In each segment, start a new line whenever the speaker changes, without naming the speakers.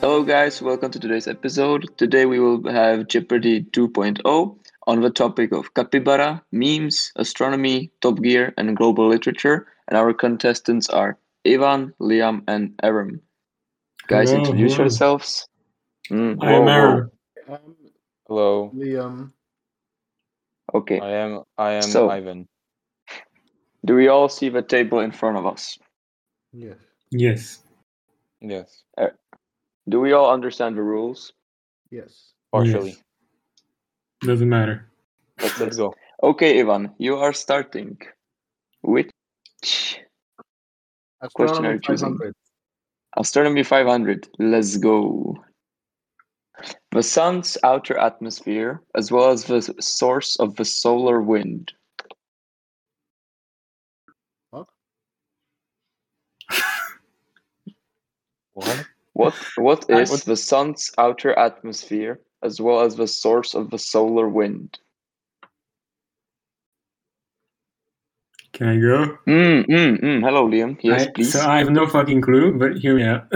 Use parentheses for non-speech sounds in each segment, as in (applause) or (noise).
Hello, guys. Welcome to today's episode. Today we will have Jeopardy 2.0 on the topic of capybara, memes, astronomy, Top Gear, and global literature. And our contestants are Ivan, Liam, and Aram. Guys,
Hello,
introduce
hello.
yourselves. Mm,
I am
whoa,
Aaron.
I'm
Hello,
Liam.
whoa. Okay.
I am I am
So-
Ivan.
Do we all see the table in front of us?
Yes.
Yes.
Yes,
Do we all understand the rules?
Yes.
partially.
Doesn't matter.
That's it.
Let's go.
Okay, Ivan, you are starting. Which Question are you
Astronomy
choosing?
500.
Astronomy 500. Let's go. The sun's outer atmosphere, as well as the source of the solar wind.
What?
What what
(laughs) I-
is the sun's outer atmosphere, as well as the source of the solar wind?
Can I go?
Mm, mm, mm. Hello, Liam. Yes,
I-
please.
hmm, So I have no fucking clue, but hear me out.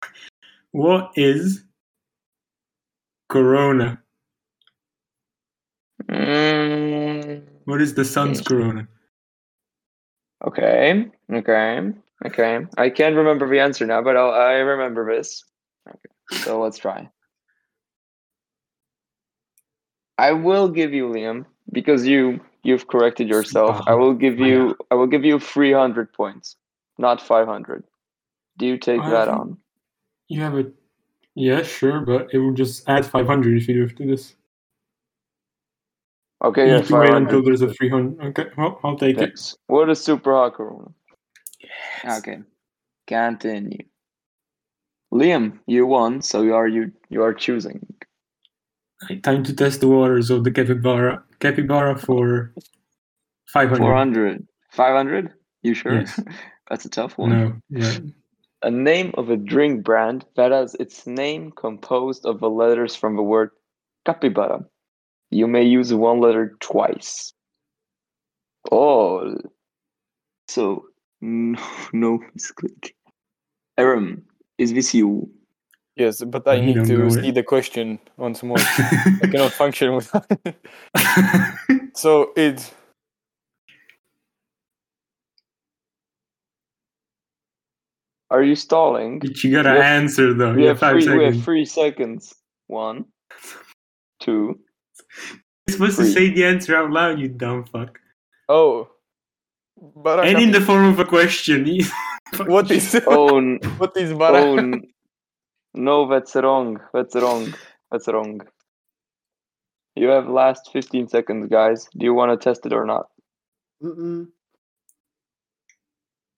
(laughs) what is corona?
Mm,
What is the sun's
Yes.
corona?
okay, okay, okay. I can't remember the answer now, but I'll, I remember this. Okay, so let's try. I will give you Liam because you you've corrected yourself. I will give you I will give you 300 points, not 500. Do you take
I
that
think-
on?
You have a. Yeah, sure, but it will just add 500 if you do after this.
Okay,
you
yeah,
have to wait until
500.
there's a 300. Okay, well, I'll take it.
Yes. What is super hot corona? Okay, continue. Liam, you won, so you are you you are choosing.
Time to test the waters of the capybara. Capybara for 500.
400. 500? You sure?
Yes.
(laughs) That's a tough one.
No, yeah.
A name of a drink brand that has its name composed of the letters from the word capybara. You may use one letter twice. Oh. So, no, (laughs) no misclick. Aram, is this you?
Yes, but
You
I need
don't know
to see
it.
the question once
(laughs)
more. I cannot function without. it. (laughs) so it's
Are you stalling?
But you gotta
We have-
answer though.
We
You
have,
have five
three, we have
seconds.
three seconds. One, two.
You're supposed
three.
to say the answer out loud, you dumb fuck.
oh, baraka.
And in the form of a question. (laughs) you-
what is (laughs)
Oh, n-
what is
oh,
baraka?
n- no, that's wrong. That's wrong. That's wrong. You have last 15 seconds, guys. Do you want to test it or not?
Mm-mm.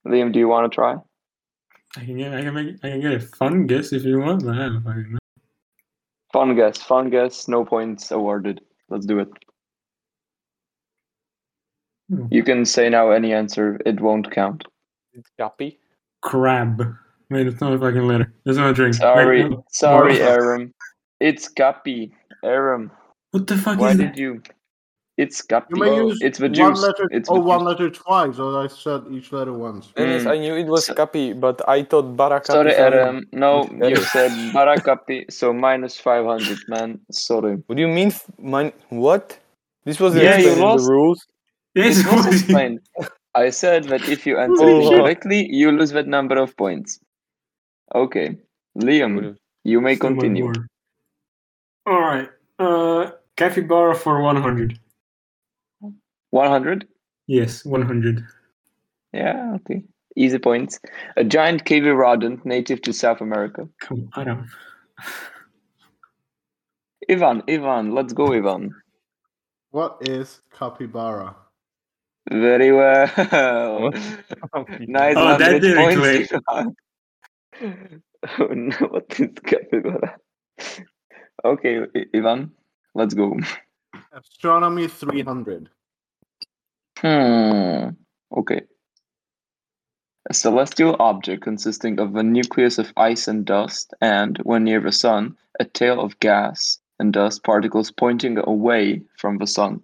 Liam, do you want to try?
I can get I can make I can get a fun guess if you want, but I don't fucking know.
Fun guess. Fun guess. No points awarded. Let's do it.
Hmm.
You can say now any answer. It won't count.
Oh. Yappy.
Crab. Wait, it's not a fucking letter. There's no drink. Wait,
Sorry.
no.
Sorry, Aram. It's Guppy. Aram,
What the fuck
why
is
did
that?
you? It's Guppy.
You may use
It's the
one
juice.
letter
It's
or
the
one
juice.
letter twice, or I said each letter once.
Yes,
Mm.
I knew it was
So-
kapi, but I thought baraka.
Sorry,
is another-
Adam. No,
Okay.
you said Barakapi, so minus 500, man. Sorry.
What do you mean? f- Mine? What? This was
Yeah, you
explained in
lost.
the rules.
Yes,
It was
what is-
explained. I said that if you answer
Holy shit.
correctly, you lose that number of points. Okay.
Mm. (laughs)
Liam, you may
Oh my
continue.
word. Alright. Uh capybara for one hundred.
100?
Yes, one hundred.
Yeah, okay. Easy points. A giant cavy rodent native to South America.
Come on, Adam.
Ivan, Ivan, let's go, Ivan.
What is capybara?
Very well. (laughs) Nice
Oh,
100
that didn't
points, (laughs) Ivan. Oh, no, what is capybara? Okay, I- Ivan, let's go.
Astronomy 300.
Hmm. Okay. A celestial object consisting of a nucleus of ice and dust, and, when near the sun, a tail of gas and dust particles pointing away from the sun.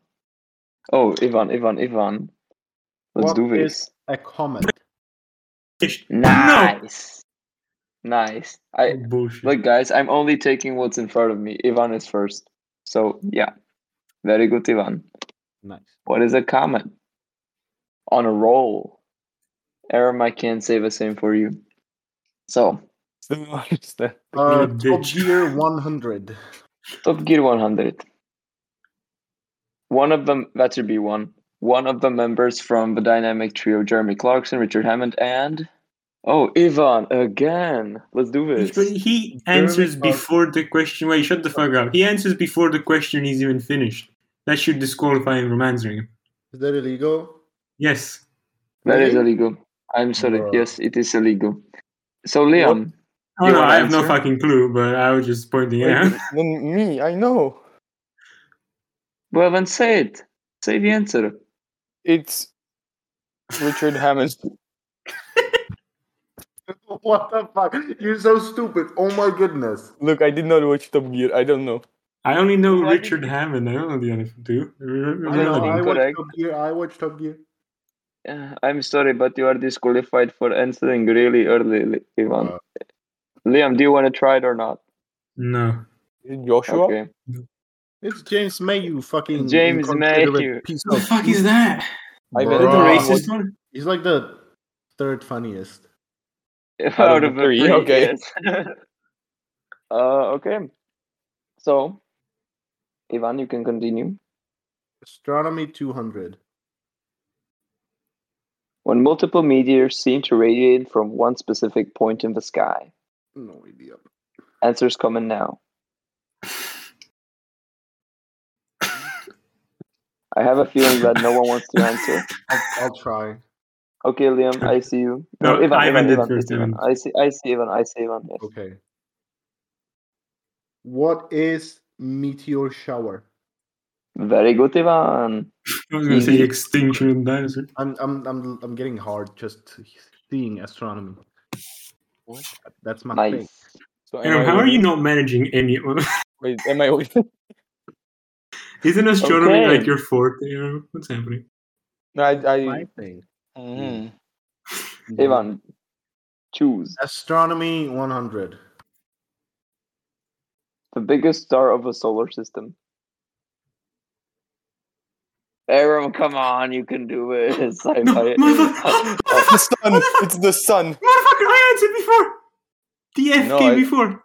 Oh, Ivan, Ivan, Ivan. Let's
What
do
is-
this.
A comet.
Ish. No!
Nice. Nice. I
Bullshit.
look, guys. I'm only taking what's in front of me. Ivan is first. So yeah, very good, Ivan.
Nice.
What is a comment? On a roll. Aram, I can't save a same for you. So
Still (laughs) don't understand.
Uh,
Little
Top
bitch.
Gear 100.
Top Gear 100. One of them, that should be one. One of the members from the dynamic trio, Jeremy Clarkson, Richard Hammond, and. Oh, Ivan, again. Let's do
Because
this.
he
Jeremy
answers
Clarkson.
before the question. Wait, shut the fuck up. He answers before the question is even finished. That should disqualify him from answering. it.
(laughs) Is that illegal?
Yes.
That is
Really?
illegal. I'm sorry.
Bruh.
Yes, it is illegal. So, Leon,
Oh
You
no,
wanna
I have no
answer?
fucking clue, but I was just pointing it out.
No, me, I know.
well, then say it. Say the answer.
It's Richard Hammond.
(laughs) What the fuck? You're so stupid. Oh my goodness.
(laughs) Look, I did not watch Top Gear. I don't know.
I only know
Why did
Richard
you-
Hammond. I don't know the other two.
I,
Really?
know, I
Relevant.
watch
Correct.
Top Gear. I watch Top Gear.
Uh, I'm sorry, but you are disqualified for answering really early, Li- Ivan.
Uh,
Wow.
Liam, do you want to try it or not?
No.
Joshua?
Okay.
It's James May, you fucking
James
inconsiderate
Mayhew.
Piece
What
of
the fuck is that?
I
Bruh.
bet
Is that the
Bruh.
racist one?
He's like the third funniest.
out,
Out
of
of
the
the three,
three,
okay.
yes. (laughs) uh, okay. So, Ivan, you can continue.
Astronomy 200.
When multiple meteors seem to radiate from one specific point in the sky,
No idea.
answers coming
(laughs)
now. I have a feeling that no one wants to answer.
I'll, I'll try.
Okay, Liam, I see you.
No, Ivan did first,
please, Ivan.
Ivan.
I see, I see Ivan. I see Ivan. Yes.
Okay. What is meteor shower?
Very good, Ivan.
I was gonna say extinction of dinosaurs.
I'm I'm I'm I'm getting hard just seeing astronomy.
What?
That's my thing.
Nice.
So am
Aaron,
I
how are
only-
you not managing any?
(laughs) Wait, am I (laughs) only-
(laughs) Isn't astronomy
Okay.
like your forte? Aaron? What's happening?
No, I. I
My thing.
Mhm.
Ivan, choose.
Astronomy 100.
the biggest star of the solar system. Aram, come on, you can do this. (laughs) I,
No,
I-
(laughs) mother-
Oh,
(laughs) The sun! It's the sun!
Motherfucker, I answered before. The F
No,
came
I-
before.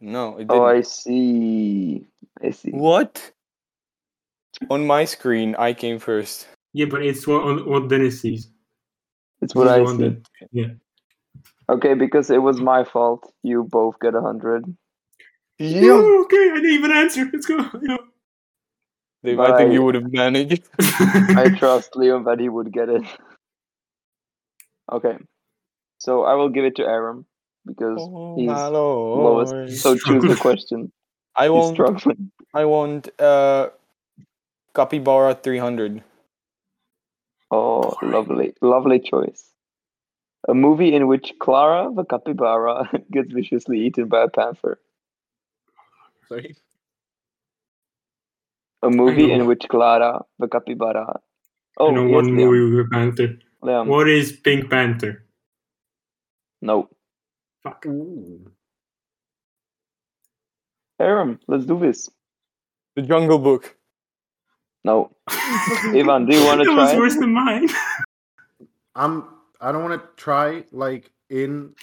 No, it didn't.
oh, I see. I see.
What? On my screen, I came first.
Yeah, but it's what, what Dennis sees.
It's
He's
what
the
I
one
see.
that- yeah.
Okay, because it was my fault. You both get a hundred.
Yeah.
Oh, okay, I didn't even answer. Let's go. (laughs) Yeah.
Dave, I think
Bye.
you would have managed.
(laughs)
I trust Liam that he would get it. Okay, so I will give it to Aram because he's
Oh, my
Oh,
lord.
lowest. So choose the
(laughs)
question.
I
He's
want,
struggling.
I want, uh, Capybara 300.
Oh, lovely, lovely choice. A movie in which Clara the capybara (laughs) gets viciously eaten by a panther.
Sorry.
A movie in
know.
which Clara the capybara.
I
Oh,
know
yes, Um,
one
Liam.
movie with a panther.
Liam.
What is Pink Panther?
No,
Fuck.
Ooh.
Aram, let's do this.
The Jungle Book.
No, (laughs) Ivan, do you want to
(laughs) That was
try?
worse than mine. (laughs)
I'm I don't want to try like in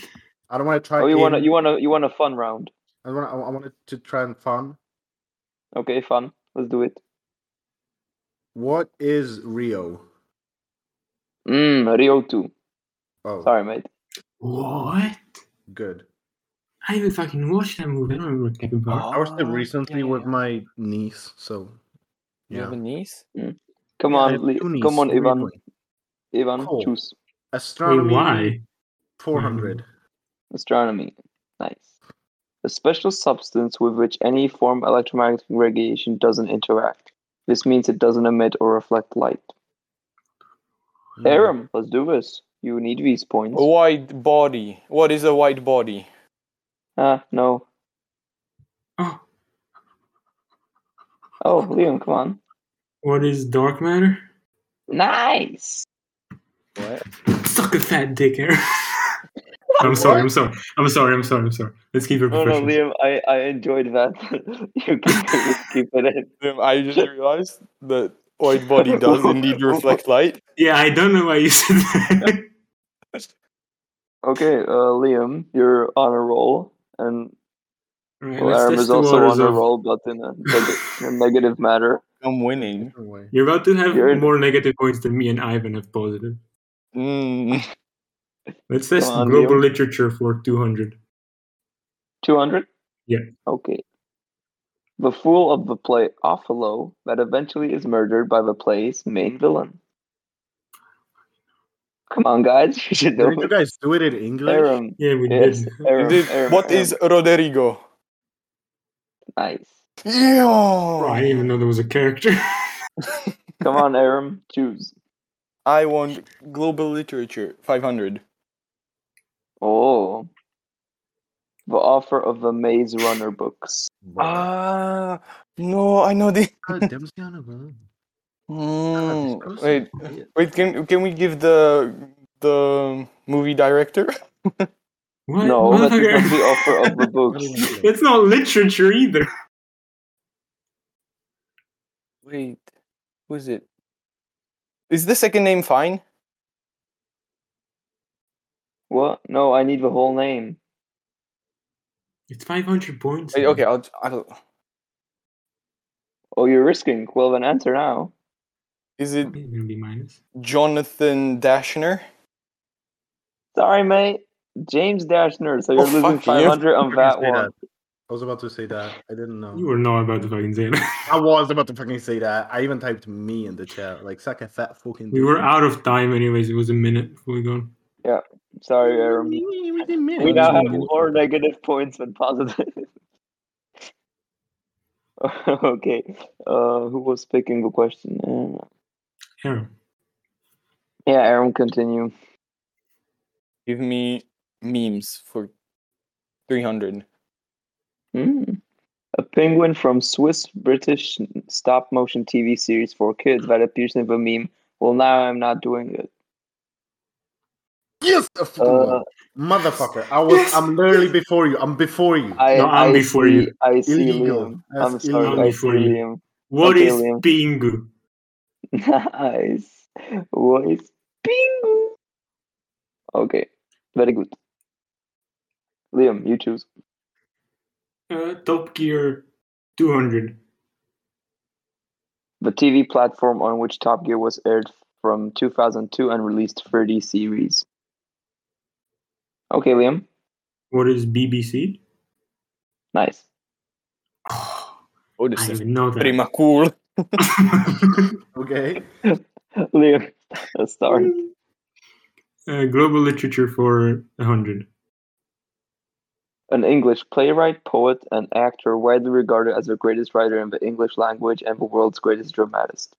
I don't want to try
Oh, you
in-
want to you want to you want a fun round?
I want I wanted to try and fun.
Okay, fun. Let's do it.
What is Rio?
Mm, Rio two.
Oh,
Sorry, mate.
What?
good.
I didn't even fucking watched that movie. I don't remember what Captain Power.
I watched it recently
Ah, yeah,
with
yeah.
my niece, so
You have
yeah.
a niece?
Come
Yeah, I
on,
have
Li-
two niece,
come on,
what are you
Ivan.
doing?
Ivan,
Cool.
choose Oh,
Astronomy
why?
400.
astronomy. Nice. A special substance with which any form of electromagnetic radiation doesn't interact. This means it doesn't emit or reflect light. Mm-hmm.
Hmm. Mm-hmm.
Aram, let's do this. You need these points.
A white body. What is a white body?
Ah, no.
Oh,
Oh, Liam, come on.
what is Dark Matter?
Nice.
What?
Suck a fat dick, Aaron. (laughs) I'm sorry. I'm sorry. I'm sorry. I'm sorry. I'm sorry. Let's keep it
No, no, Liam,
professional.
I, I enjoyed that. (laughs) you can just keep it in.
Liam, I just realized that oid body does (laughs) indeed reflect light.
yeah, I don't know why you said that.
Okay, uh, Liam, you're on a roll, and
Right, let's
Laram
test
is
the
also
waters
on a
of-
roll, but in a, neg- in a negative matter.
I'm winning.
Anyway.
You're about to have
You're-
more negative points than me and Ivan have positive.
(laughs) Mm.
Let's test
on,
global
Liam.
literature for 200.
200?
Yeah.
Okay. The fool of the play Offalo that eventually is murdered by the play's main villain. Come on, guys. (laughs) You should know
Did you
it.
guys do it in English?
Aram.
Yeah, we
Yes.
did. (laughs)
Aram,
Did-
Aram,
what
Aram.
is Roderigo?
Nice.
Oh, I didn't even
Yeah.
know there was a character. (laughs)
Come on, Aram. Choose.
I want global literature 500.
Oh. The offer of the Maze Runner books.
Ah, no, I know the. Mm, wait,
(laughs)
wait. Can can we give the the movie director?
what?
No, that is
Motherfucker.
not the offer
(laughs)
of the books.
That's not literature either.
Wait, who is it? Is the second name fine?
What? No, I need the whole name.
It's 500 points.
Wait,
man.
okay, I'll. I'll
Oh, you're risking. Well, then answer now.
is it
It's gonna be minus.
Jonathan Dashner?
Sorry, mate. James Dashner. So you're
Oh,
losing
fuck you. (laughs)
500 on that
Say
one.
I was about to say that. I didn't know.
You were not about to fucking say that. (laughs)
I was about to fucking say that. I even typed me in the chat. Like, suck a fat fucking.
We were out of time, anyways. It was a minute before we gone.
Sorry, Aaron. We now have more negative points than positive. (laughs) okay. Uh, who was picking the question? Uh,
Yeah.
yeah, Aaron, continue.
Give me memes for three hundred.
Mm. A penguin from Swiss British stop motion TV series for kids that appears in the meme. Well, now I'm not doing it.
Yes, a fucking
Uh,
motherfucker. I was.
Yes.
I'm literally before you. I'm before you.
I,
No, I'm
I
before
see,
you.
I see
Illegal.
Liam.
That's
I'm sorry,
illegal.
I see
I'm before you.
Liam.
What
Okay,
is
Liam.
Pingu?
(laughs) Nice. Voice. Ping. Okay. Very good. Liam, you choose.
Uh, Top Gear 200.
The TV platform on which Top Gear was aired from 2002 and released 30 series. Okay, Liam.
What is BBC?
Nice. (laughs)
Oh,
Oh,
I
this is
didn't know
pretty
that.
ma cool.
(laughs)
Okay.
Liam, (laughs) let's start.
uh, global literature for 100.
An English playwright, poet, and actor widely regarded as the greatest writer in the English language and the world's greatest dramatist.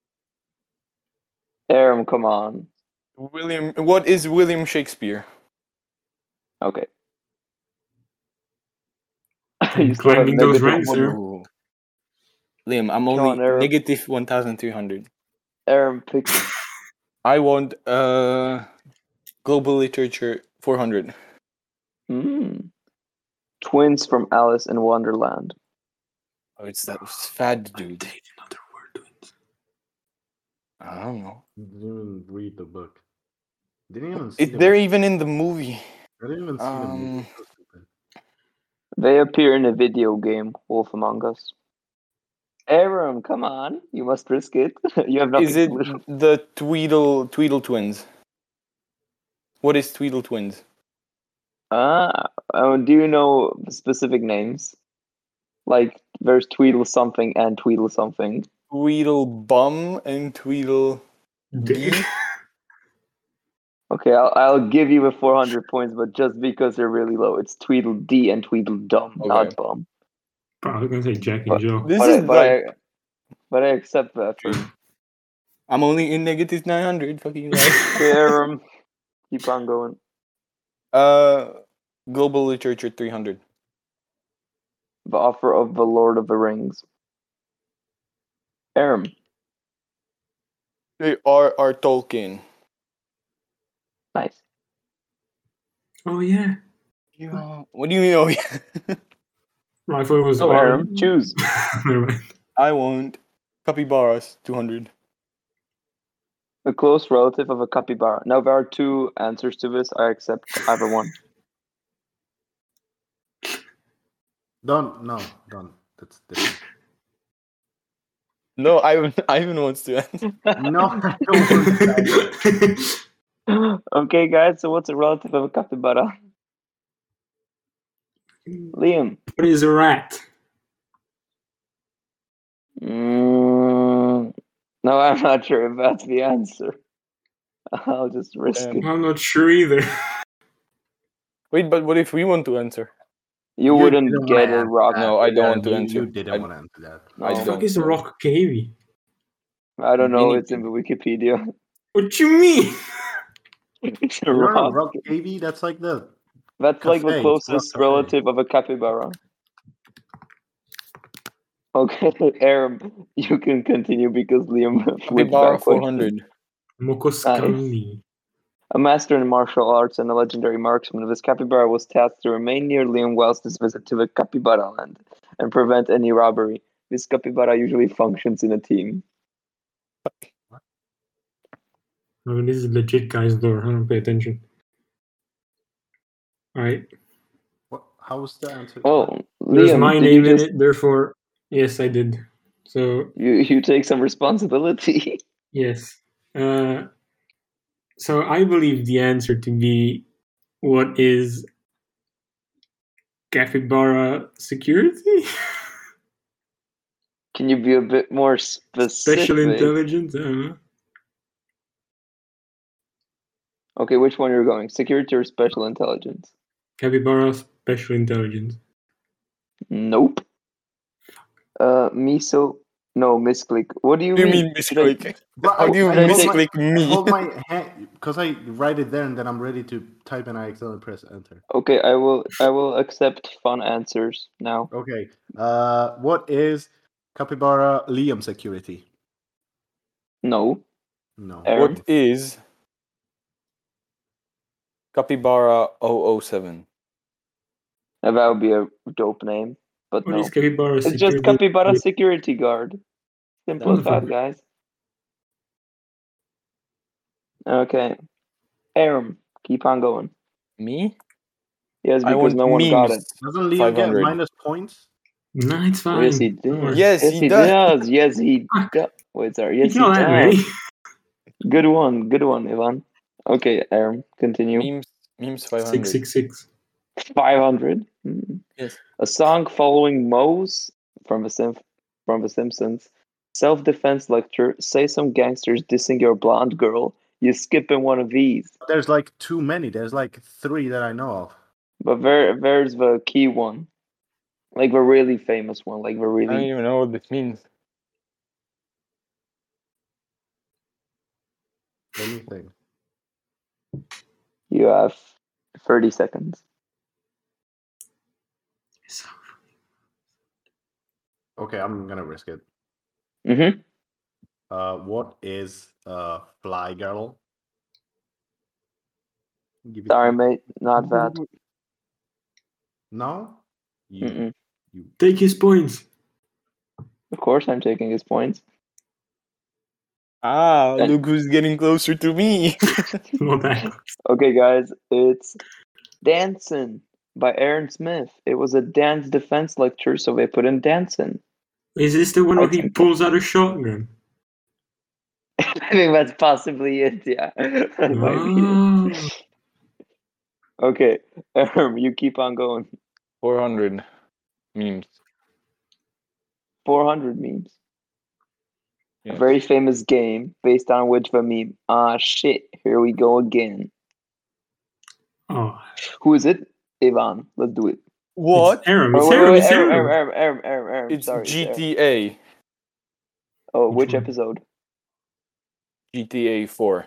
Aram, come on.
William, what is William Shakespeare?
Okay. (laughs) still
You're
have
climbing those
negative
ranks,
one.
sir.
Ooh. Liam, I'm
on,
only
Aaron.
negative one thousand three hundred.
Aram, pick
I want uh global literature four hundred.
Mm. Twins from Alice in Wonderland.
Oh, it's that fad dude.
Take another word.
I don't know.
Didn't even read the book. Didn't even see.
It,
the
they're
book.
even in the movie.
I didn't even see the movie.
Um,
They appear in a video game, Wolf Among Us. Aram, come on. You must risk it. (laughs) you have nothing
Is it
to lose.
the Tweedle Tweedle twins? What is Tweedle twins?
Ah, uh, do you know specific names? Like, there's Tweedle something and Tweedle something.
Tweedle bum and Tweedle.
Dick.
(laughs) Okay, I'll, I'll give you the 400 points, but just because they're really low, it's Tweedledee and Tweedledum,
Okay.
not Bum.
(laughs) I was gonna say Jack and
But-
Joe.
This
But, I,
is
but, I,
like,
but I accept the (laughs) effort.
I'm only in negative nine hundred.
(laughs)
Fucking life.
Okay, Aram, um, keep on going.
uh, global literature three hundred.
the offer of the Lord of the Rings. Aram,
They are are Tolkien.
nice.
Oh, yeah.
Yo, what do you mean? Oh, yeah.
My foot was
Go,
um,
Harem. Choose.
(laughs) Never mind.
(laughs) I won't. Capybaras, 200.
A close relative of a capybara. Now there are two answers to this. I accept either one.
Done. No, done. That's
(laughs)
different.
No, Ivan, Ivan wants
(laughs)
to answer.
No, I don't want that.
(laughs) okay, guys. So what's a relative of a capybara? Liam.
what is a rat?
Mm, no, (laughs) I'm not sure if that's the answer. (laughs) I'll just risk
Um,
it.
I'm not sure (laughs) either.
Wait, but what if we want to answer?
You
you
wouldn't
don't
get
have
it, Rock.
that.
(laughs) No, I don't
Yeah,
want to
you-
answer.
You didn't
I-
want to answer that.
No,
I
What the
don't
fuck is a
know.
rock cavy?
I don't know. It's in the Wikipedia. (laughs)
What you mean?
It's a
You don't know,
rock.
Rock Cavey? That's like the
That's like the
Cafe,
closest
rock cafe.
relative of a capybara. Okay, (laughs) Aram, you can continue because Liam (laughs) went
Capybara,
back one.
400.
Mokoskani.
A master in martial arts and a legendary marksman, this capybara was tasked to remain near Liam whilst his visit to the capybara land and prevent any robbery. This capybara usually functions in a team.
No, this is legit guy's door. I don't pay attention. Alright.
what, how was the answer? to
Oh,
that?
There's
Liam,
my
did you
name in
just-
it, therefore yes I did. So
You, you take some responsibility. (laughs)
yes. Uh, so I believe the answer to be what is capybara security? (laughs)
Can you be a bit more specific?
Special intelligence? I don't know.
Okay, which one are you going? Security or special intelligence?
Capybara special intelligence.
Nope. Uh, me so no misclick. What do you,
What do you
mean?
mean
Should I-
misclick?
But
How do you
I don't think-
misclick me?
hold my
(laughs)
hand because I write it there and then I'm ready to type and I accidentally press enter.
Okay, I will. I will accept fun answers now.
Okay. Uh, what is capybara Liam security?
No.
No.
Aaron?
(laughs) What is Capybara 007?
Uh, That would be a dope name, but
What
no.
is capybara
It's just
security?
capybara security guard. Simple as that,
Wonderful.
guys. Okay, Aram, keep on going.
Me?
Yes,
I
because
want
no one got it.
memes.
Doesn't Liam get
500.
minus points?
No, it's fine.
Yes, he
Don't worry.
does.
Yes,
Yes,
he
he
does.
does. Yes,
(laughs)
he
Fuck.
does. Wait, sorry. Yes,
It's
he
not that many.
does. Good one. Good one, Ivan. Okay, Aram, continue.
Memes, memes 500.
Six six six.
500.
Yes.
A song following Moe's from the, Sim- from the Simpsons self defense lecture. Say some gangsters dissing your blonde girl. You skipping one of these.
There's like too many. There's like three that I know of.
But there, there's the key one. Like the really famous one. Like the
I don't
really.
even know what this means.
Let me think.
You have 30 seconds.
Okay, I'm gonna risk it.
Mm-hmm.
Uh, what is uh fly girl? Give it-
Sorry, mate. Not that.
No. You,
Mm-mm.
you-
Take
(laughs)
his points.
Of course, I'm taking his points.
Ah,
Then-
look who's getting closer to me. (laughs)
Not that.
Okay, guys, it's Dancing by Aaron Smith. It was a dance defense lecture, so they put in Dancing.
Is this the one where he
Okay.
pulls out a shotgun?
I think that's possibly it, yeah. (laughs) That might
Mm.
be it. Okay, (laughs) um, you keep on going.
400 memes.
400 memes.
Yeah.
A very famous game based on which the meme. Ah, shit, here we go again.
Oh,
Who is it? Ivan. Let's do it.
What? (laughs)
It's Aram.
Oh,
It's
wait,
Aram.
wait, Erm,
It's
Aaron,
Aram.
Aaron, Aaron, Aaron, Aaron,
It's
sorry, Aaron.
GTA.
Oh,
Which
which
one?
episode?
GTA 4.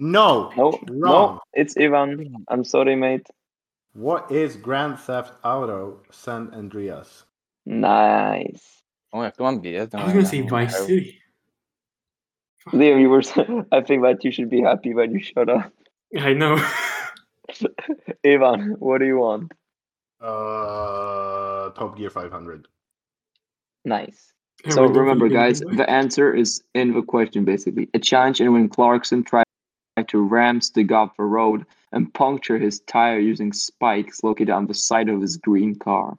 No.
No,
Wrong.
no, it's Ivan. I'm sorry, mate.
What is Grand Theft Auto San Andreas?
Nice.
Oh, yeah, come on, BS.
I was gonna say Vice City.
Liam, (laughs)
(laughs)
you were. s- I think that you should be happy when you shut up.
I know.
Ivan, what do you want?
Uh, Top Gear 500.
Nice.
(laughs)
So remember, guys, the answer is in the question basically. A challenge in when Clarkson tried to ram Stig off the road and puncture his tire using spikes located on the side of his green car.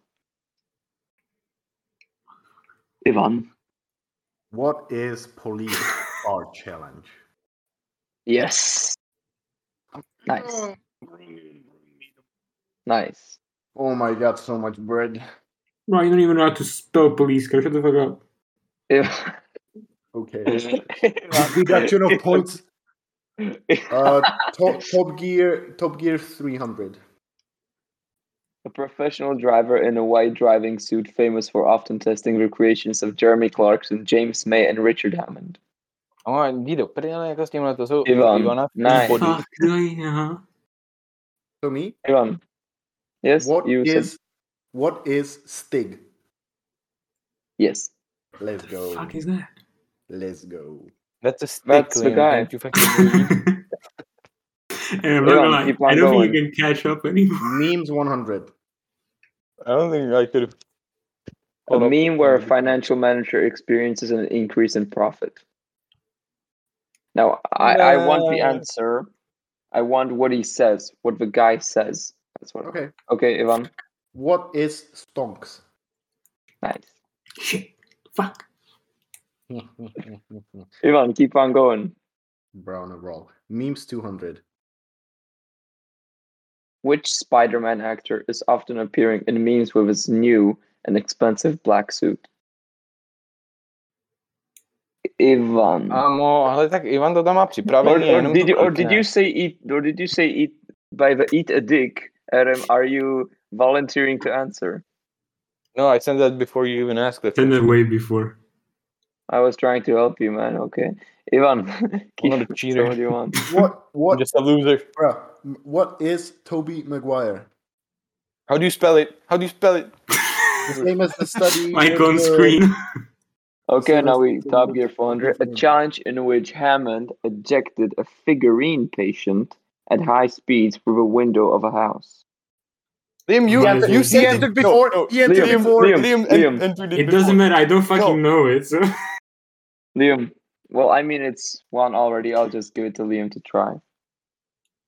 Ivan.
What
(laughs)
is police car challenge?
Yes. Nice. Nice.
Oh my god, so much bread.
Right, you don't even know how to spell police car. Shut the fuck up.
Ivan.
Okay.
(laughs)
Deduction of points. Uh, top, top Gear, Top Gear 300.
A professional driver in a white driving suit, famous for often testing recreations of Jeremy Clarkson, James May, and Richard Hammond.
Ama Guido, prendiamo cosa stiamo andando su
Ivan, nice.
Body.
Fuck, I, uh-huh.
To me,
Ivan. Yes,
what
you said
is what is Stig?
yes.
Let's
The
go.
fuck is (laughs) that?
Let's go.
That's a stick
That's the
Liam.
guy.
Can't you fucking
and I'm
Hold
not
on,
gonna lie,
keep on
I don't
going.
think you can catch up anymore. (laughs)
Memes 100.
(laughs) I don't think I could. (laughs)
A
Hold up.
meme where a financial manager experiences an increase in profit. Now, I, I want the
Yeah.
answer. I want what he says, what the guy says. That's what.
Okay.
Okay, Ivan.
What is stonks?
Nice.
Shit. Fuck.
Ivan, keep on going.
Brown and roll. Memes 200.
Which Spider Man actor is often appearing in memes with his new and expensive black suit? Ivan.
Amo, Ah, ale tak Ivan to tam má připravený.
or,
já
or
jenom
did
to
you or did
klikne.
you say eat or did you say eat by the eat a dick Adam are you volunteering to answer
No, I sent that before you even asked the
Send that way before.
I was trying to help you man okay
(laughs)
Ivan (laughs) keep
not a
saying
cheater.
what you
(laughs)
want
(laughs)
What what
I'm just a loser.
bruh, m- what is Toby Maguire?
How do you spell it? How do you spell it?
The same as the study.
(laughs) Mike
with
on
the-
screen.
okay
So
now we
that's-
Top Gear 400 a
Mm.
Mhm.
challenge in which Hammond ejected a figurine patient at high speeds through the window of a house
Liam, you
Yeah,
answered.
but
You
he
said
answered
it
before.
No, no.
He answered
Liam,
before.
(laughs)
Liam,
Liam,
en-
Liam.
entered
(laughs) It doesn't matter. I don't fucking know it. So.
Liam well I mean it's one already I'll just give it to Liam to try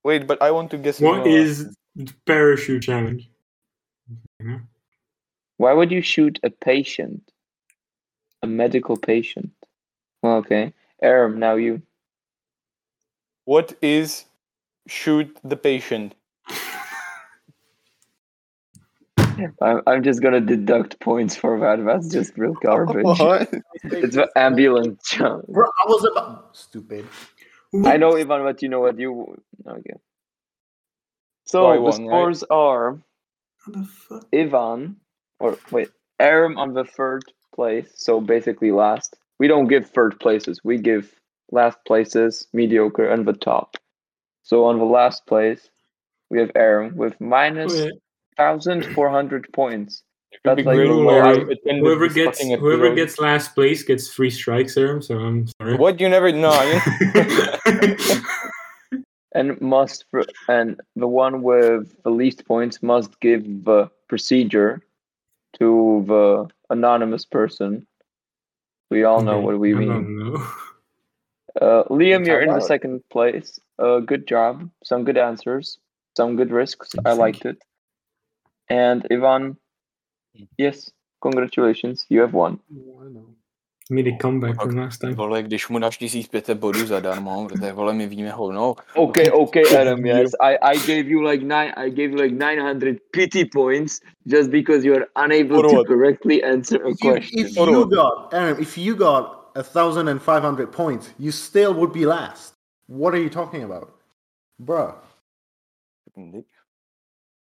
Wait, but I want to guess.
(laughs) What
your-
is the parachute challenge?
Why would you shoot a patient? A medical patient. Okay. Aram, now you.
What is shoot the patient?
I'm, I'm just gonna deduct points for that. That's just real garbage.
What?
it's the ambulance job.
Bruh, I was about stupid.
I know, Ivan, but you know what you. Okay. So
I
the
won, right?
scores are
What the fuck?
Ivan, or wait, Aram on the third place. So basically last. We don't give third places. We give last places, mediocre, and the top. So on the last place, we have Aram with minus
Wait,
thousand four hundred points.
It'd be
That's like-
great if
Whoever-
I attended
Whoever
this
gets
fucking
whoever
episode.
gets last place gets free strikes, Aaron. So I'm sorry. (laughs)
What (laughs) you never know. I
And must fr- and the one with the least points must give the procedure to the anonymous person. We all know what we
I
mean.
don't know.
Uh, Liam,
Time
you're in the
out.
second place. Uh, good job. Some good answers. Some good risks. I
Thank
liked it. And Ivan, yes, congratulations. You have won.
Made a comeback from last
mean,
time.
vole, když mu dáš 1500 bodů zadarmo, protože vole, my víme hovno.
Okay, okay, Adam. Yes, I, I gave you like nine. I gave you like nine hundred pity points just because you are unable to
Forward.
correctly answer a
If you,
question.
if you got Aaron, if you got a thousand and five hundred points, you still would be last. What are you talking about, bruh?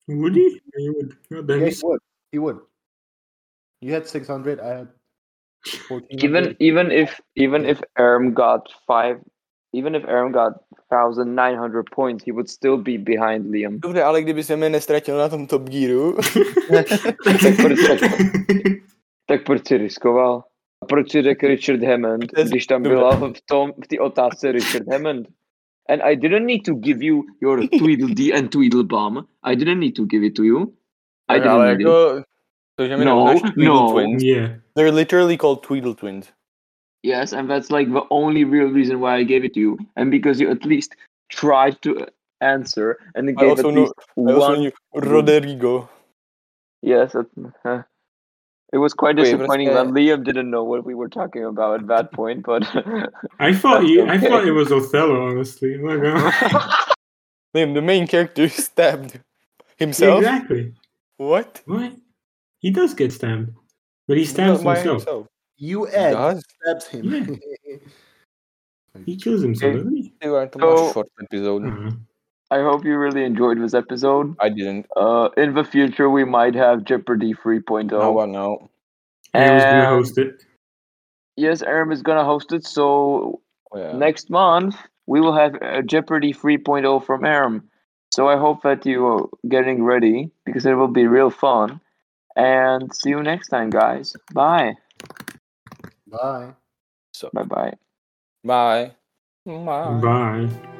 Would he? He would. God damn
Yeah,
it.
he would. He would. You had six hundred. I had fourteen.
even even if even if Aram got five, even if Aram got thousand nine hundred points, he would still be behind Liam.
Dobře, ale kdyby se mi nestratil na tom Top oh?
(laughs)
Gearu,
Tak proč, tak, tak proč si riskoval? A proč si řekl Richard Hammond,
To je-
když tam
dobré.
byla v, tom, v té otázce Richard Hammond? And I didn't need to give you your Tweedledee and Tweedlebum. I didn't need to give it to you. I didn't
Alright,
need it.
go- So Gemini
No,
was actually
no.
Tweedle Twins.
Yeah.
They're literally called Tweedle Twins.
Yes, and that's like the only real reason why I gave it to you. And because you at least tried to answer and it
I
gave at
also know-
least
I also
one.
knew Rodrigo.
Yes, it, huh. It was quite
Wait, but it's,
disappointing
uh,
that Liam didn't know what we were talking about at that point, but (laughs)
I thought
That's
you, I
okay.
thought it was Othello, honestly. (laughs) Oh
(laughs)
my God.
Liam, the main character stabbed himself.
exactly.
What?
What? He does get stabbed, but he stabs
By
himself.
You
He
Ed
does.
stabs him.
He kills himself,
Okay.
doesn't he?
They were a
So-
short episode.
Uh-huh.
I hope you really enjoyed this episode.
I didn't.
Uh, in the future, we might have Jeopardy 3.0.
Now I know.
I uh, was gonna
And-
host it.
Yes, Aram is gonna host it. So
Yeah.
next month we will have uh, Jeopardy 3.0 from Aram. So I hope that you are getting ready because it will be real fun. And see you next time, guys. Bye.
(laughs) Bye.
Bye bye.
Bye. Bye.
Bye.